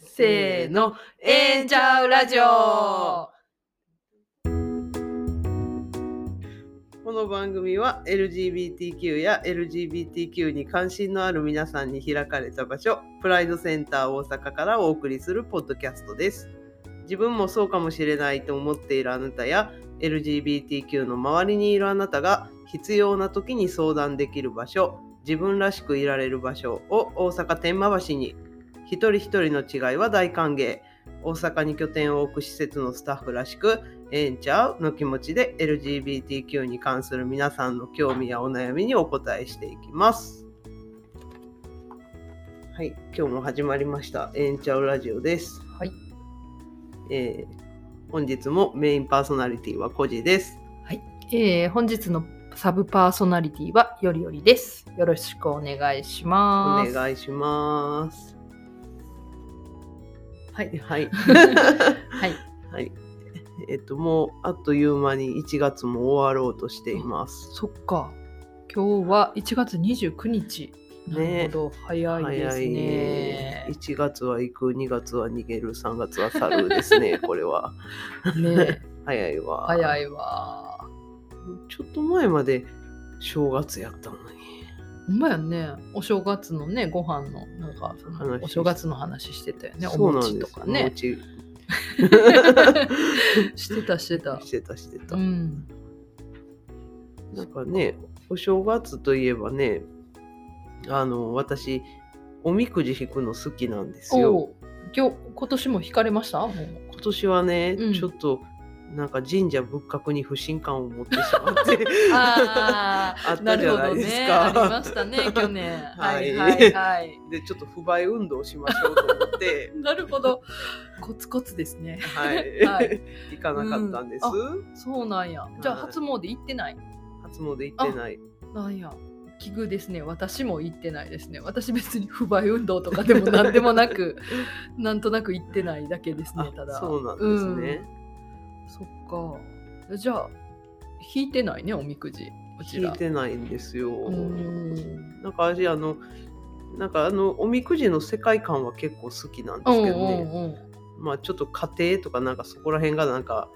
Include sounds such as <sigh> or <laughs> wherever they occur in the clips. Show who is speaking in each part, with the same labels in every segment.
Speaker 1: せーの、えんちゃうラジオこの番組は LGBTQ や LGBTQ に関心のある皆さんに開かれた場所プライドセンター大阪からお送りするポッドキャストです自分もそうかもしれないと思っているあなたや LGBTQ の周りにいるあなたが必要な時に相談できる場所自分らしくいられる場所を大阪天満橋に一人一人の違いは大歓迎大阪に拠点を置く施設のスタッフらしくええんちゃうの気持ちで LGBTQ に関する皆さんの興味やお悩みにお答えしていきます。はい、今日も始まりました。ええんちゃうラジオです。
Speaker 2: はい。
Speaker 1: えー本日もメインパーソナリティはコジです。
Speaker 2: えー本日のサブパーソナリティはよりよりです。よろしくお願いし
Speaker 1: お
Speaker 2: ます。
Speaker 1: 願いします。はい、は
Speaker 2: <laughs>
Speaker 1: い。
Speaker 2: はい。
Speaker 1: はい。えっと、もうあっという間に1月も終わろうとしています。
Speaker 2: そっか。今日は1月29日。な
Speaker 1: ね
Speaker 2: るほど。早いですね。
Speaker 1: 1月は行く、2月は逃げる、3月は去るで
Speaker 2: <laughs>
Speaker 1: すね、これは。
Speaker 2: ね
Speaker 1: 早いわ。
Speaker 2: 早いわ。
Speaker 1: ちょっと前まで正月やったのに。
Speaker 2: ほんまやね。お正月のね、ご飯の、なんか、そ
Speaker 1: 話し
Speaker 2: の
Speaker 1: て
Speaker 2: お正月の話してたよね。お
Speaker 1: そうなん
Speaker 2: 餅
Speaker 1: で
Speaker 2: と
Speaker 1: す
Speaker 2: か
Speaker 1: お
Speaker 2: ね。
Speaker 1: 餅
Speaker 2: <laughs> してた、して <laughs> た。
Speaker 1: <laughs> してた、してた
Speaker 2: う。ん。
Speaker 1: なんかね、お正月といえばね、あの、私、おみくじ引くの好きなんですよ。
Speaker 2: おう今日、今年も引かれましたもう
Speaker 1: 今年はね、
Speaker 2: うん
Speaker 1: ちょっとなんか神社仏閣に不信感を持ってしまって
Speaker 2: <laughs> あー
Speaker 1: <laughs> あったじゃないですか
Speaker 2: なるほどね、ありましたね、去年。はい、
Speaker 1: <laughs> はい <laughs>
Speaker 2: はい。
Speaker 1: でちょっと不買運動しましょうと思って
Speaker 2: <laughs> なるほど。コツコツですね。
Speaker 1: はい、
Speaker 2: はい
Speaker 1: 行かなかったんです、
Speaker 2: そうなんや。じゃあ、
Speaker 1: はい
Speaker 2: 初詣行ってない。
Speaker 1: 初詣行ってない
Speaker 2: なんや。奇遇ですね。私も行ってないですね。私別に不買運動とかでも何でもな
Speaker 1: <laughs>
Speaker 2: く、なんとなく行ってないだけですね。ただ。
Speaker 1: そうなんですね、
Speaker 2: うんそっか。じゃあ、引いてないね、おみくじ。こち
Speaker 1: 聞
Speaker 2: ら。
Speaker 1: いてないんですよ、
Speaker 2: うん
Speaker 1: なんか私あのなんかあのおみくじの世界観は結構好きなんで
Speaker 2: うん
Speaker 1: す
Speaker 2: う
Speaker 1: けど
Speaker 2: ん
Speaker 1: ね、
Speaker 2: うん。
Speaker 1: まあちょっと家庭とかなんかそこら辺がなんか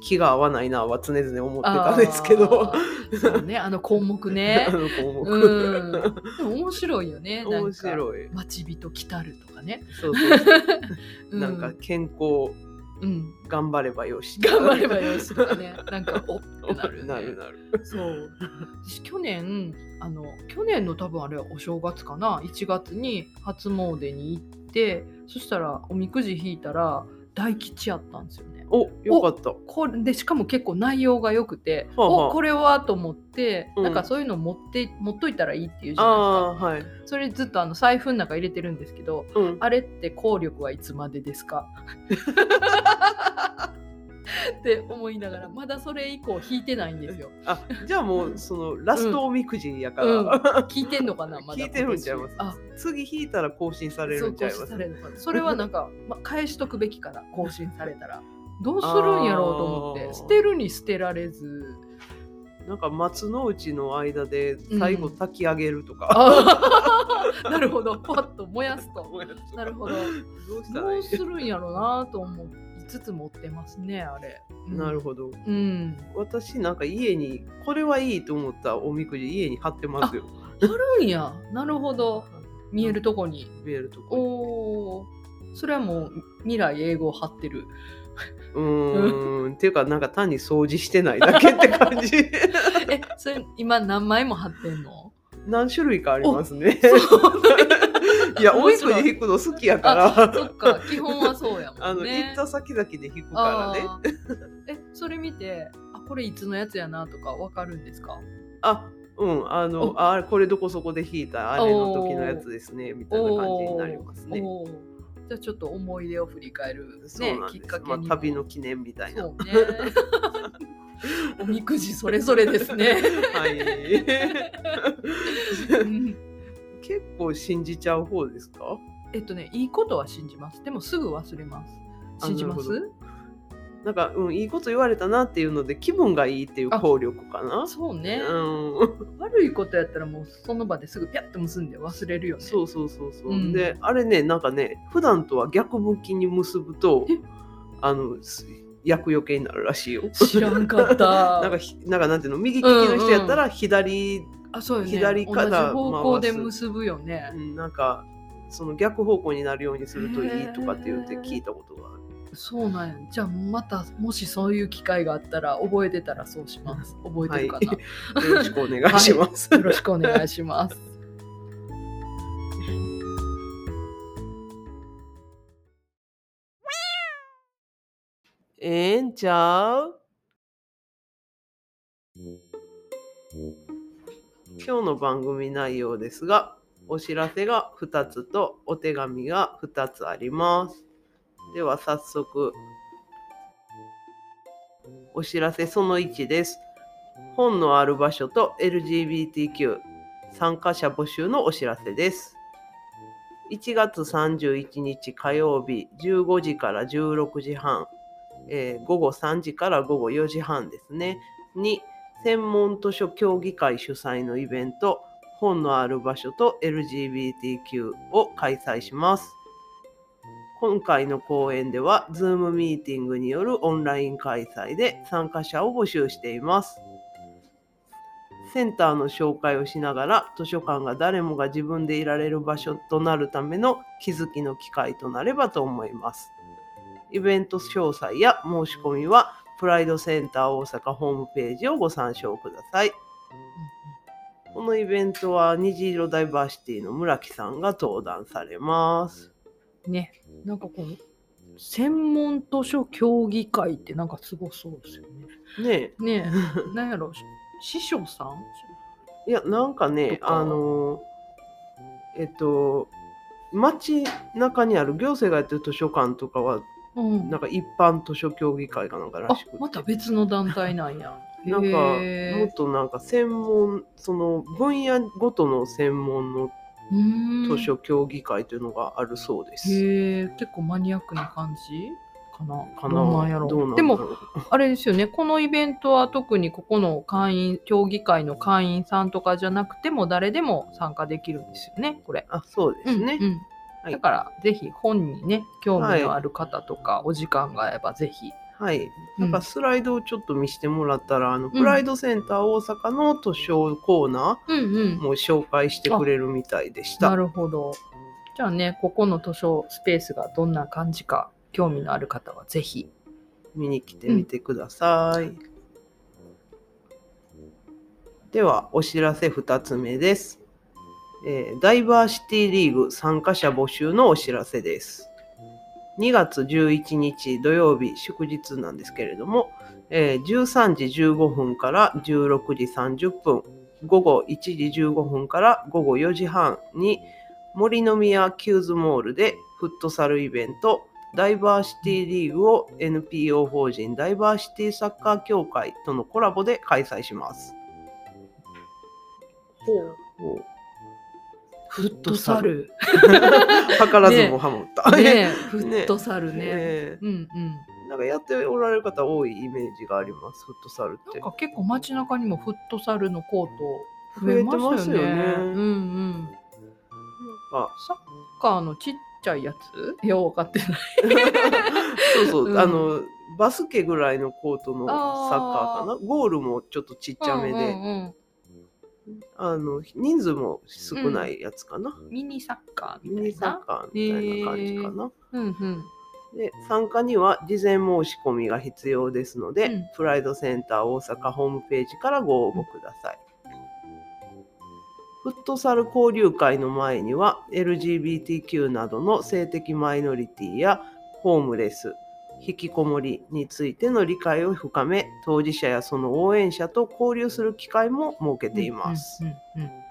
Speaker 1: 気が合わないなは常々思ってたんですけど
Speaker 2: あー。そうね、あの項目ね
Speaker 1: <laughs> あ。の項目、
Speaker 2: うん。でも面白いよね。なんか
Speaker 1: 面白い
Speaker 2: 待ち人来たるとかね。
Speaker 1: そうそうそう
Speaker 2: う
Speaker 1: なんか、健康
Speaker 2: うん、
Speaker 1: 頑張ればよし。
Speaker 2: 頑張ればよしとかね。なんか、おってなる、ね。
Speaker 1: なるなる。
Speaker 2: そう。私去年、あの、去年の多分あれ、お正月かな、1月に初詣に行って、そしたら、おみくじ引いたら、大吉やったんですよね。
Speaker 1: お、よかった。
Speaker 2: これでしかも結構内容が良くて、
Speaker 1: はあはあ
Speaker 2: おこれはと思って、
Speaker 1: うん
Speaker 2: なんかそういうの持って持っといたらいいっていうじゃ
Speaker 1: あ
Speaker 2: ない
Speaker 1: あ、はい。
Speaker 2: ですかそれずっとあの財布の中入れてるんですけど
Speaker 1: うん。
Speaker 2: あれって効力はいつまでです
Speaker 1: <laughs>
Speaker 2: かって思いながらまだそれ以降引いてないんですよ。
Speaker 1: あ、じゃあもう、そのラストおみくじやから。
Speaker 2: うん聞いてんの
Speaker 1: <laughs>
Speaker 2: かなまだ
Speaker 1: 聞いてるんちゃいます
Speaker 2: あ
Speaker 1: 次引いたら更新され
Speaker 2: そ
Speaker 1: る
Speaker 2: うん
Speaker 1: ちゃ
Speaker 2: 更新
Speaker 1: います
Speaker 2: さ。れるのかなそれはなん
Speaker 1: <laughs>
Speaker 2: か、ま、返しとくべきかな更新されたら。どうするんやろうと思っ
Speaker 1: あー
Speaker 2: て捨てるに捨てられず。
Speaker 1: なんか松の内の間で、最後
Speaker 2: うん
Speaker 1: 炊き上げるとか。
Speaker 2: あー <laughs> なるほど、パッと燃やす
Speaker 1: <laughs>
Speaker 2: と。なるほど。
Speaker 1: どうしたら
Speaker 2: ど
Speaker 1: いうい
Speaker 2: す。るんやろうなと思いつつ持ってますね、あれ。
Speaker 1: なる
Speaker 2: ど。
Speaker 1: ほど。
Speaker 2: うん。
Speaker 1: 私なんか家に、これはいいと思ったおみくじ、家に貼ってますよ。
Speaker 2: あるんや。なるほど。見えるとこに。
Speaker 1: 見えるとこに。
Speaker 2: おお。それはもう未来英語を貼ってる。
Speaker 1: うーん。っていうか、なんか単に掃除してないだけって感じ。
Speaker 2: え、それ今何枚も貼ってんの
Speaker 1: 何種類かありますね。
Speaker 2: そう
Speaker 1: <laughs> いや、お
Speaker 2: 面
Speaker 1: みく
Speaker 2: 白い
Speaker 1: じ引くの好きやから、
Speaker 2: そっか、基本はそうやもんね。
Speaker 1: あの、行った先々で引くからね。
Speaker 2: あーえ、それ見て、あ、これいつのやつやなとかわかるんですか
Speaker 1: あ、うん、あの、
Speaker 2: お
Speaker 1: あ、これどこそこで引いた、あれの時のやつですね、みたいな感じになりますね。
Speaker 2: おーじゃあちょっと思い出を振り返る、ね、
Speaker 1: そうなん
Speaker 2: きっ
Speaker 1: です
Speaker 2: か。けに
Speaker 1: まあ、
Speaker 2: も、
Speaker 1: 旅の記念みたいな。は
Speaker 2: そうね
Speaker 1: <laughs>
Speaker 2: おみくじそれぞれです
Speaker 1: <laughs>
Speaker 2: ね、
Speaker 1: い。 <laughs>
Speaker 2: うん
Speaker 1: 結構信じちゃう方ですか。
Speaker 2: えっとねいいことは信じますでもすぐ忘れます信じま
Speaker 1: あな
Speaker 2: す
Speaker 1: なんか、うん、いいこと言われたなっていうので気分がいいっていう効力かな。
Speaker 2: そう
Speaker 1: う
Speaker 2: ね、
Speaker 1: ん、
Speaker 2: 悪いことやったらもうその場ですぐピャッと結んで忘れるよね
Speaker 1: そうそうそうそう、
Speaker 2: うん
Speaker 1: であれねなんかね普段とは逆向きに結ぶと
Speaker 2: え
Speaker 1: あのす厄除けになるらしいよ。
Speaker 2: 知らんかった
Speaker 1: <laughs> なんかひなんかなんていうの右利きの人やったら左、
Speaker 2: あそうよね
Speaker 1: 左か
Speaker 2: 同
Speaker 1: ら
Speaker 2: じ方向で
Speaker 1: 回す
Speaker 2: 結ぶよね
Speaker 1: う、んなんかその逆方向になるようにするといいとかって言って
Speaker 2: へー
Speaker 1: 聞いたことがある。
Speaker 2: そうなんやじゃあまたもしそういう機会があったら覚えてたらそうします覚えてるかな、
Speaker 1: はよろしくお願いします。
Speaker 2: よろしくお願いし
Speaker 1: <laughs>
Speaker 2: ます
Speaker 1: ええんちゃう今日の番組内容ですが、お知らせが2つとお手紙が2つあります。では早速、お知らせその1です。本のある場所と LGBTQ 参加者募集のお知らせです。1月31日火曜日15時から16時半、えー午後3時から午後4時半ですねに専門図書協議会主催のイベント「本のある場所と LGBTQ」を開催します。今回の講演では Zoom ミーティングによるオンライン開催で参加者を募集しています。センターの紹介をしながら図書館が誰もが自分でいられる場所となるための気づきの機会となればと思います。イベント詳細や申し込みはプライドセンター大阪ホームページをご参照ください。このイベントは虹色ダイバーシティの村木さんが登壇されます。
Speaker 2: ねなんかこの専門図書協議会ってなんかすごそうですよね
Speaker 1: ね <laughs>
Speaker 2: ねえなんやろし師匠さん
Speaker 1: え、いや、なんかね、
Speaker 2: とか
Speaker 1: あの、えっと、街中にある行政がやってる図書館とかは、
Speaker 2: うん
Speaker 1: なんか一般図書協議会かなんから
Speaker 2: あ
Speaker 1: しくて。
Speaker 2: また別の団体なんや
Speaker 1: <laughs> なんか
Speaker 2: へ
Speaker 1: も
Speaker 2: え
Speaker 1: っとなんか専門その分野ごとの専門の
Speaker 2: うーん
Speaker 1: 図書協議会というのがあるそうです。
Speaker 2: へえ結構マニアックな感じかな
Speaker 1: か
Speaker 2: どうなんやろ
Speaker 1: どうなん
Speaker 2: で
Speaker 1: だろう
Speaker 2: もあれですよねこのイベントは特にここの会員協議会の会員さんとかじゃなくても誰でも参加できるんですよねこれ。
Speaker 1: あそうですね。
Speaker 2: うんうん
Speaker 1: はい
Speaker 2: だからぜひ本にね興味のある方とか、お時間があればぜひ。
Speaker 1: はい。
Speaker 2: う
Speaker 1: なんんかスライドをちょっと見してもらったら、あのプライドセンター大阪の図書コーナ
Speaker 2: うんう
Speaker 1: ー
Speaker 2: ん
Speaker 1: も紹介してくれるみたいでした。
Speaker 2: なるほど。じゃあねここの図書スペースがどんな感じか興味のある方はぜひ。
Speaker 1: 見に来てみてください。では、お知らせ2つ目です、えーダイバーシティリーグ参加者募集のお知らせです。2月11日土曜日祝日なんですけれども、えー13時15分から16時30分、午後1時15分から午後4時半に森の宮キューズモールでフットサルイベントダイバーシティリーグを NPO 法人ダイバーシティサッカー協会とのコラボで開催します。
Speaker 2: ほう
Speaker 1: フ
Speaker 2: フットサ。ル。
Speaker 1: <laughs> 図らずもハモった。
Speaker 2: ねえ
Speaker 1: <laughs> ね
Speaker 2: フットサルね。
Speaker 1: え
Speaker 2: うんうん。
Speaker 1: なんかやっておられる方多いイメージがあります、フットサルっ
Speaker 2: な
Speaker 1: て
Speaker 2: ん。か結構街中にもフットサルのコート
Speaker 1: 増
Speaker 2: 増え
Speaker 1: え
Speaker 2: ま
Speaker 1: て
Speaker 2: し
Speaker 1: ま
Speaker 2: た
Speaker 1: す
Speaker 2: よ
Speaker 1: よ
Speaker 2: ね。
Speaker 1: ね
Speaker 2: うんうん。
Speaker 1: あ <laughs>
Speaker 2: サッカーのちっちゃいやつよう分かってない。
Speaker 1: そうそう、
Speaker 2: うん
Speaker 1: あの、バスケぐらいのコートのサッカーかな。ゴールもちょっとちっちゃめで、
Speaker 2: うんうん
Speaker 1: あの、人数も少ないやつかな。
Speaker 2: うんミニサッカーみ
Speaker 1: ミ
Speaker 2: たい
Speaker 1: ニサ
Speaker 2: な
Speaker 1: ッ。カーみたいな感じかな。
Speaker 2: うんうん。
Speaker 1: で参加には事前申し込みが必要ですので、
Speaker 2: うん
Speaker 1: プライドセンター大阪ホームページからご応募ください。フットサル交流会の前には LGBTQ などの性的マイノリティやホームレス引きこもりについての理解を深め当事者やその応援者と交流する機会も設けています。
Speaker 2: うんうんうん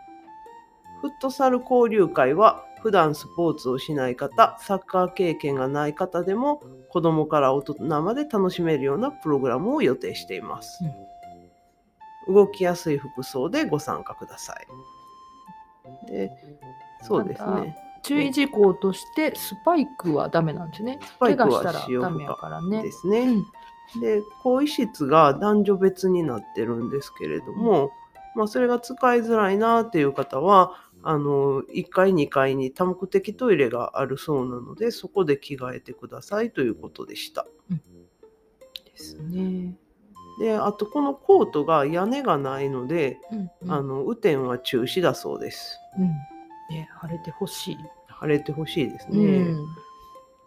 Speaker 1: フットサル交流会は普段スポーツをしない方サッカー経験がない方でも子どもから大人まで楽しめるようなプログラムを予定しています、動きやすい服装でご参加くださいでそうです
Speaker 2: ただ
Speaker 1: ね
Speaker 2: 注意事項としてスパイクはダメなんですね。
Speaker 1: パイク
Speaker 2: 怪我した
Speaker 1: は
Speaker 2: ら
Speaker 1: 使用
Speaker 2: ダ
Speaker 1: 不
Speaker 2: メや
Speaker 1: 可
Speaker 2: からね
Speaker 1: で。すね、
Speaker 2: うん
Speaker 1: で更衣室が男女別になってるんですけれども、まあ、それが使いづらいなっていう方はあの1階2階に多目的トイレがあるそうなのでそこで着替えてくださいということでした。
Speaker 2: ですね。
Speaker 1: であとこのコートが屋根がないので、
Speaker 2: うんうん
Speaker 1: あの雨天は中止だそうです。
Speaker 2: うんね、晴れてほしい。
Speaker 1: 晴れてほしいですね。
Speaker 2: うん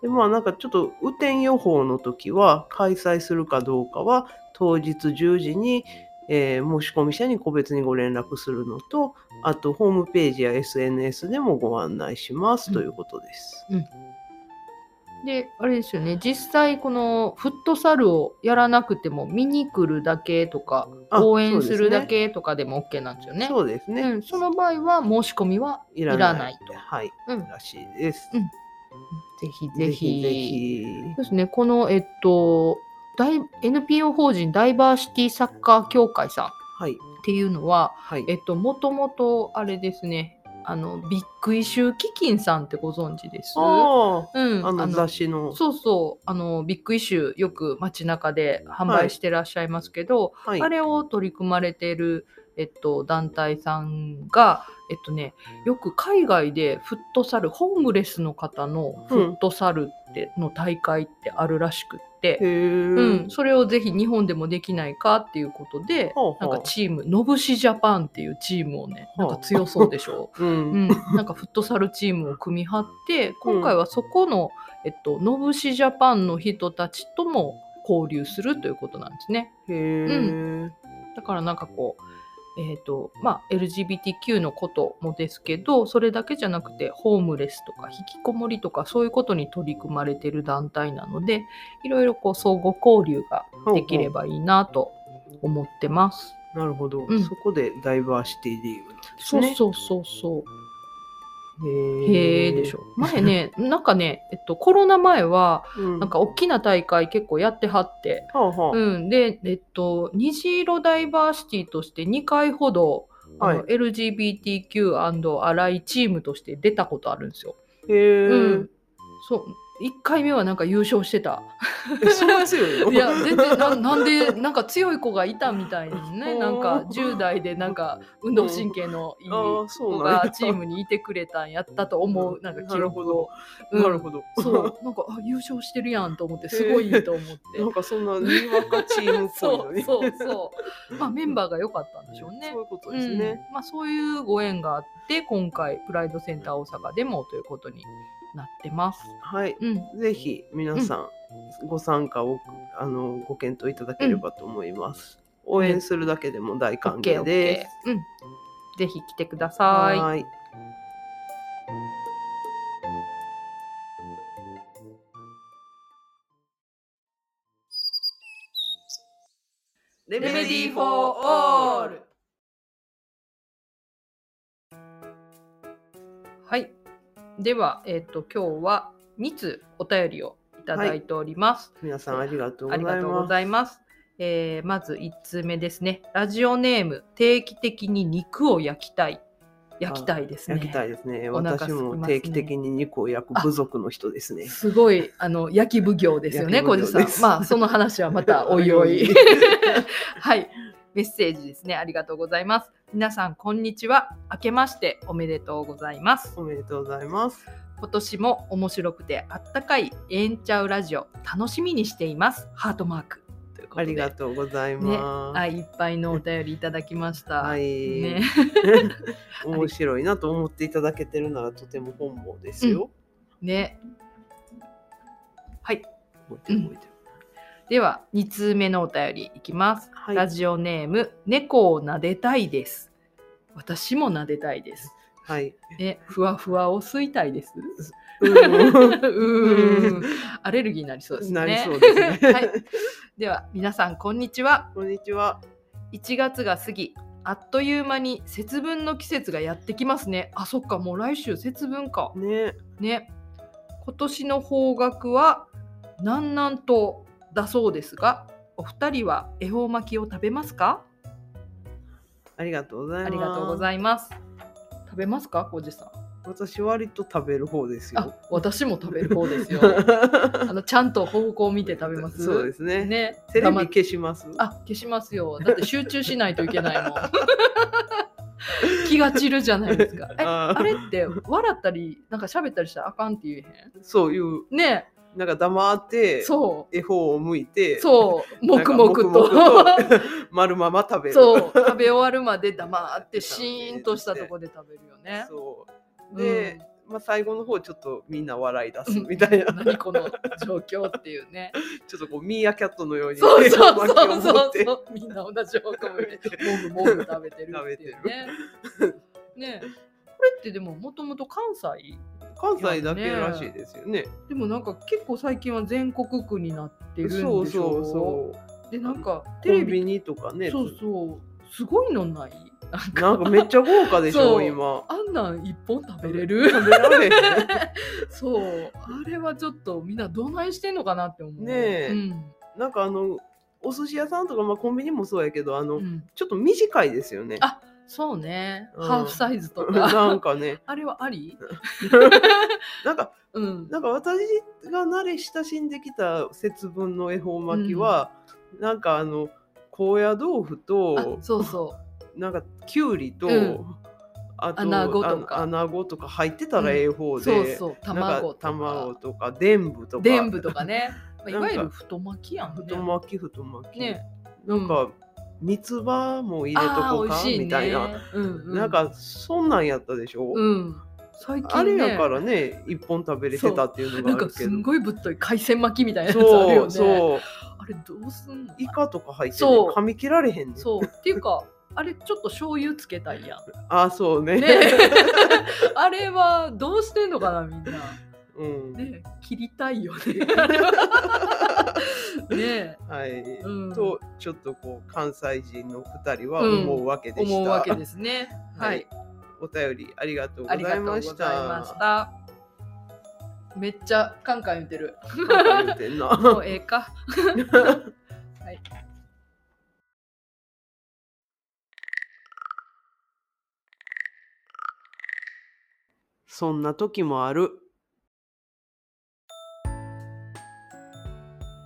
Speaker 1: でまあなんかちょっと雨天予報の時は開催するかどうかは当日10時に、えー申し込み者に個別にご連絡するのとあとホームページや SNS でもご案内しますということです。
Speaker 2: であれですよね実際このフットサルをやらなくても見に来るだけとか
Speaker 1: あ
Speaker 2: 応援するだけとかでも OK なんですよね。
Speaker 1: そうですね。
Speaker 2: うん、その場合は申し込みはいいらないと
Speaker 1: はい、
Speaker 2: うん
Speaker 1: らしいです。
Speaker 2: うんぜひぜひ。
Speaker 1: ぜひ
Speaker 2: そうですね、この、えっと、大 NPO 法人ダイバーシティサッカー協会さんっ
Speaker 1: はい
Speaker 2: ていうのは、
Speaker 1: はい。
Speaker 2: えっと、もともとあれですね、あのビッグイシュー基金さんってご存知です
Speaker 1: あ
Speaker 2: う
Speaker 1: ー
Speaker 2: ん、
Speaker 1: あの雑誌の
Speaker 2: そうそうあのビッグイシューよく街中で販売してらっしゃいますけど、
Speaker 1: はい
Speaker 2: あれを取り組まれている、えっと、団体さんが、えっとね、よく海外でフットサルホームレスの方のフットサルって、の大会ってあるらしくって
Speaker 1: へ、ー
Speaker 2: うん、それをぜひ日本でもできないかっていうことで、
Speaker 1: ほうほう
Speaker 2: なんかチームのぶしジャパンっていうチームをねなんか強そうでしょ
Speaker 1: う
Speaker 2: うんん、なんかフットサルチームを組み張って今回はそこの、えっと、のぶしジャパンの人たちとも交流するということなんですね。
Speaker 1: へー
Speaker 2: だからなんかこう、えーとまあ、LGBTQ のこともですけどそれだけじゃなくてホームレスとか引きこもりとかそういうことに取り組まれてる団体なのでいろいろこう相互交流ができればいいなと思ってます。
Speaker 1: なるほど、
Speaker 2: うん
Speaker 1: そこでダイバーシティリーグなんです
Speaker 2: そう
Speaker 1: ね。
Speaker 2: そうそうそう。
Speaker 1: う
Speaker 2: へえでしょ。前ね、なんかね、えっと、コロナ前は、
Speaker 1: うん、
Speaker 2: なんか大きな大会結構やってはって、
Speaker 1: はあはあ
Speaker 2: うん、で、えっと、虹色ダイバーシティとして2回ほど、あの
Speaker 1: は
Speaker 2: LGBTQ& アライチームとして出たことあるんですよ。
Speaker 1: へえ、
Speaker 2: うん、そう1回目はなんか優勝して
Speaker 1: <laughs>
Speaker 2: た。
Speaker 1: えそんな強いの
Speaker 2: いや全
Speaker 1: <laughs>
Speaker 2: 然ななんでなんか強い子がいたみたいですね。なんか
Speaker 1: おー
Speaker 2: 10代でなんか運動神経のいい
Speaker 1: あーそう
Speaker 2: 子
Speaker 1: なんや
Speaker 2: がチームにいてくれたんやったと思うなんか記録を。うん
Speaker 1: なるほど。
Speaker 2: そうなんかあ優勝してるやんと思ってすごいいいと思って。
Speaker 1: <laughs> なんかそんなにわかチームっぽい
Speaker 2: そ
Speaker 1: の
Speaker 2: う
Speaker 1: ね。
Speaker 2: そう
Speaker 1: <laughs>
Speaker 2: そう。まあメンバーが良かったんでしょうね
Speaker 1: そう。いうことですね。
Speaker 2: うんまあ、そういうご縁があって今回プライドセンター大阪でもということになってます。
Speaker 1: はい、
Speaker 2: うん、
Speaker 1: ぜひ皆さん、ご参加をあのご検討いただければと思います。応援するだけでも大
Speaker 2: オ
Speaker 1: 歓
Speaker 2: ッケー
Speaker 1: 迎
Speaker 2: オッ
Speaker 1: で
Speaker 2: ケ
Speaker 1: す。
Speaker 2: ー。うん、ぜひ来てください。
Speaker 1: はい。レ
Speaker 2: レメディーフォーオール。はい。では、えっ、と、今日は2通お便りをいただいております。
Speaker 1: 皆さんありがとうご
Speaker 2: あ
Speaker 1: ざい
Speaker 2: り
Speaker 1: ます。
Speaker 2: がとうございます。えーまず1通目ですね。ラジオネーム、定期的に肉を焼きたい。焼きたいですね。
Speaker 1: 焼きたいですね。
Speaker 2: お腹空
Speaker 1: 私
Speaker 2: きますね
Speaker 1: も定期的に肉を焼く部族の人ですね。
Speaker 2: すごい、あの、焼き奉行ですよね、
Speaker 1: 焼き奉
Speaker 2: 小
Speaker 1: 行
Speaker 2: 路さん
Speaker 1: で。す
Speaker 2: まあ、その話はま
Speaker 1: <laughs>
Speaker 2: たおいお
Speaker 1: おいお
Speaker 2: い
Speaker 1: い。
Speaker 2: <laughs> はい。メッセージですね。ありがとうございます。皆さん、こんにちは。明けましておめでとうございます。
Speaker 1: おめでとうございます。
Speaker 2: 今年も面白くてあったかいエンチャウラジオ楽しみにしていますハートマークということ
Speaker 1: あ
Speaker 2: で
Speaker 1: りがとうございます。
Speaker 2: 愛いっぱいのお便りいただきました、
Speaker 1: <laughs> はい。
Speaker 2: ね
Speaker 1: 面白いなと思っていただけてるならとても本望ですよ。
Speaker 2: ねはい
Speaker 1: 覚えてる覚えてる
Speaker 2: では2通目のお便りいきます、
Speaker 1: はい
Speaker 2: ラジオネーム猫を撫でたいです私も撫でたいです
Speaker 1: はい。
Speaker 2: ねふわふわを吸いたいです
Speaker 1: うん
Speaker 2: うーんアレルギーになりそうですね
Speaker 1: なりそうですね
Speaker 2: はい、では皆さんこんにちは
Speaker 1: こんにちは。
Speaker 2: 1月が過ぎあっという間に節分の季節がやってきますねあそっかもう来週節分か
Speaker 1: ね。
Speaker 2: ね今年の方角は南南東だそうですがお二人は恵方巻きを食べますか
Speaker 1: ありがとうございま
Speaker 2: あ
Speaker 1: す。
Speaker 2: りがとうご
Speaker 1: い
Speaker 2: ざいます食べますか小路さん
Speaker 1: 私割と食べる方です
Speaker 2: あ
Speaker 1: よ。
Speaker 2: 私も食べる方
Speaker 1: <laughs>
Speaker 2: ですよあ
Speaker 1: そ
Speaker 2: のちゃんと方向を見て食べます
Speaker 1: うですね。
Speaker 2: ね
Speaker 1: テレビ
Speaker 2: 黙っ
Speaker 1: 消します。
Speaker 2: あ消しますよだって集中しないといけないもん <laughs> 気が散るじゃないですかえ
Speaker 1: あー
Speaker 2: あれって笑ったりなんか喋ったりしたらあかんって言え
Speaker 1: そういう
Speaker 2: へんね
Speaker 1: なんか黙って
Speaker 2: そ
Speaker 1: 絵本を向いて
Speaker 2: うそう
Speaker 1: なん
Speaker 2: 黙
Speaker 1: か
Speaker 2: 々と
Speaker 1: 黙々と丸まま食べる。
Speaker 2: そう食べ終わるまで黙ってシーンとしたとこで食べるよね
Speaker 1: そう
Speaker 2: うん
Speaker 1: で、まあ最後の方ちょっとみんな笑い出すみたいな、
Speaker 2: うん何この状況っていうね
Speaker 1: ちょっとこうミーアキャットのように
Speaker 2: そうそう
Speaker 1: 手を巻き
Speaker 2: そ
Speaker 1: を
Speaker 2: う
Speaker 1: 持
Speaker 2: そ
Speaker 1: っ
Speaker 2: う
Speaker 1: て
Speaker 2: そうみんな同じ方向向いてもぐもぐ食べてるっていうねねこれってでももともと関西
Speaker 1: 関西だけらしいですよね。
Speaker 2: でもなんか結構最近は全国区になってるんでし
Speaker 1: そ
Speaker 2: ょ
Speaker 1: うそうそう。
Speaker 2: でなんかテ
Speaker 1: テレ
Speaker 2: レ
Speaker 1: ビ
Speaker 2: ビ
Speaker 1: にとかね。
Speaker 2: そうそうすごいのないなんか
Speaker 1: なんかめっちゃ豪華でし
Speaker 2: そ
Speaker 1: ょ
Speaker 2: う
Speaker 1: 今。
Speaker 2: あんなん一本食べれる
Speaker 1: 食べられへん
Speaker 2: <laughs> そうあれはちょっとみんなどないしてんのかなって思う
Speaker 1: ねえ
Speaker 2: うん
Speaker 1: なんかあのお寿司屋さんとかまあコンビニもそうやけどあの、
Speaker 2: うん
Speaker 1: ちょっと短いですよね。
Speaker 2: あそうね、
Speaker 1: うん
Speaker 2: ハーフサイズ <laughs> と
Speaker 1: <laughs> な
Speaker 2: か
Speaker 1: んかね、
Speaker 2: あれはあり
Speaker 1: なんか
Speaker 2: うん
Speaker 1: なんか私が慣れ親しんできた節分の恵方巻きは、なんかあの高野豆腐
Speaker 2: あ
Speaker 1: と
Speaker 2: そうそう
Speaker 1: なんかきゅうりと、
Speaker 2: うん
Speaker 1: あと
Speaker 2: 穴子とか
Speaker 1: あ穴子とか入ってたら恵方で、
Speaker 2: そうそう
Speaker 1: なん
Speaker 2: 卵と
Speaker 1: か
Speaker 2: か
Speaker 1: 卵とかでんぶとか
Speaker 2: でんぶとかね、まあ、い
Speaker 1: なんか
Speaker 2: わゆる太巻きやんね
Speaker 1: 太巻き太巻き、
Speaker 2: ね
Speaker 1: なんか三つ葉も入れと
Speaker 2: あ
Speaker 1: こ
Speaker 2: ー
Speaker 1: か、みたいな、、
Speaker 2: うんうん、
Speaker 1: なんかそんなんやったでしょ、
Speaker 2: うん、最近、ね、
Speaker 1: あれやからね一本食べれてたっていう
Speaker 2: な
Speaker 1: の
Speaker 2: ん
Speaker 1: があ
Speaker 2: か
Speaker 1: るけ
Speaker 2: す
Speaker 1: ど
Speaker 2: んごいぶっとい海鮮巻きみたいなやつあるよ
Speaker 1: そ
Speaker 2: ね
Speaker 1: うそう
Speaker 2: あれどうすんの
Speaker 1: イカとか入ってね
Speaker 2: そう
Speaker 1: 噛み切られへんねん
Speaker 2: そうっていうかあれちょっと醤油つけたいやん
Speaker 1: あそうね
Speaker 2: ね <laughs> あれはどうしてんのかなみんな
Speaker 1: <laughs> うん、
Speaker 2: ね切りたい
Speaker 1: <laughs>
Speaker 2: よねあれはね
Speaker 1: はい、
Speaker 2: うん
Speaker 1: とちょっとこう関西人の二人は思うわけでした、
Speaker 2: 思うわけですね
Speaker 1: は
Speaker 2: はいい、
Speaker 1: お便りありがとうご
Speaker 2: あ
Speaker 1: ざ
Speaker 2: りがと
Speaker 1: いう
Speaker 2: ござ
Speaker 1: ま
Speaker 2: い
Speaker 1: し
Speaker 2: ましたためっちゃカンカン言ってる
Speaker 1: なんか言うてんな
Speaker 2: もうええ <laughs> か
Speaker 1: そんな時もある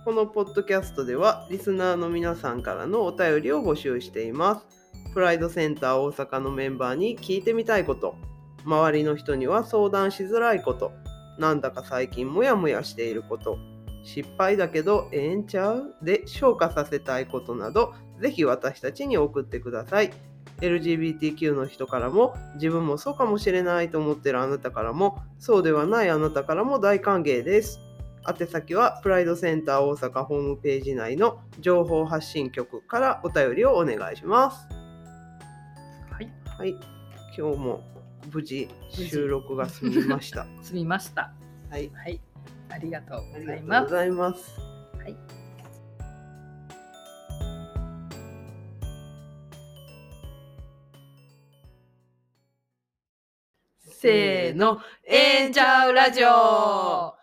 Speaker 1: このポッドキャストではリスナーの皆さんからのお便りを募集していますプライドセンター大阪のメンバーに聞いてみたいこと周りの人には相談しづらいことなんだか最近モヤモヤしていること失敗だけどええんちゃうで消化させたいことなどぜひ私たちに送ってください LGBTQ の人からも自分もそうかもしれないと思ってるあなたからもそうではないあなたからも大歓迎です宛先はプライドセンター大阪ホームページ内の情報発信局からお便りをお願いします
Speaker 2: はい
Speaker 1: はい今日も無事
Speaker 2: 無事
Speaker 1: 収録が済みました
Speaker 2: 済みました
Speaker 1: はい
Speaker 2: はいありがとう
Speaker 1: あ
Speaker 2: ご
Speaker 1: り
Speaker 2: ざ
Speaker 1: がと
Speaker 2: いうま
Speaker 1: ご
Speaker 2: す
Speaker 1: ざいます
Speaker 2: せーのエンジャウラジオ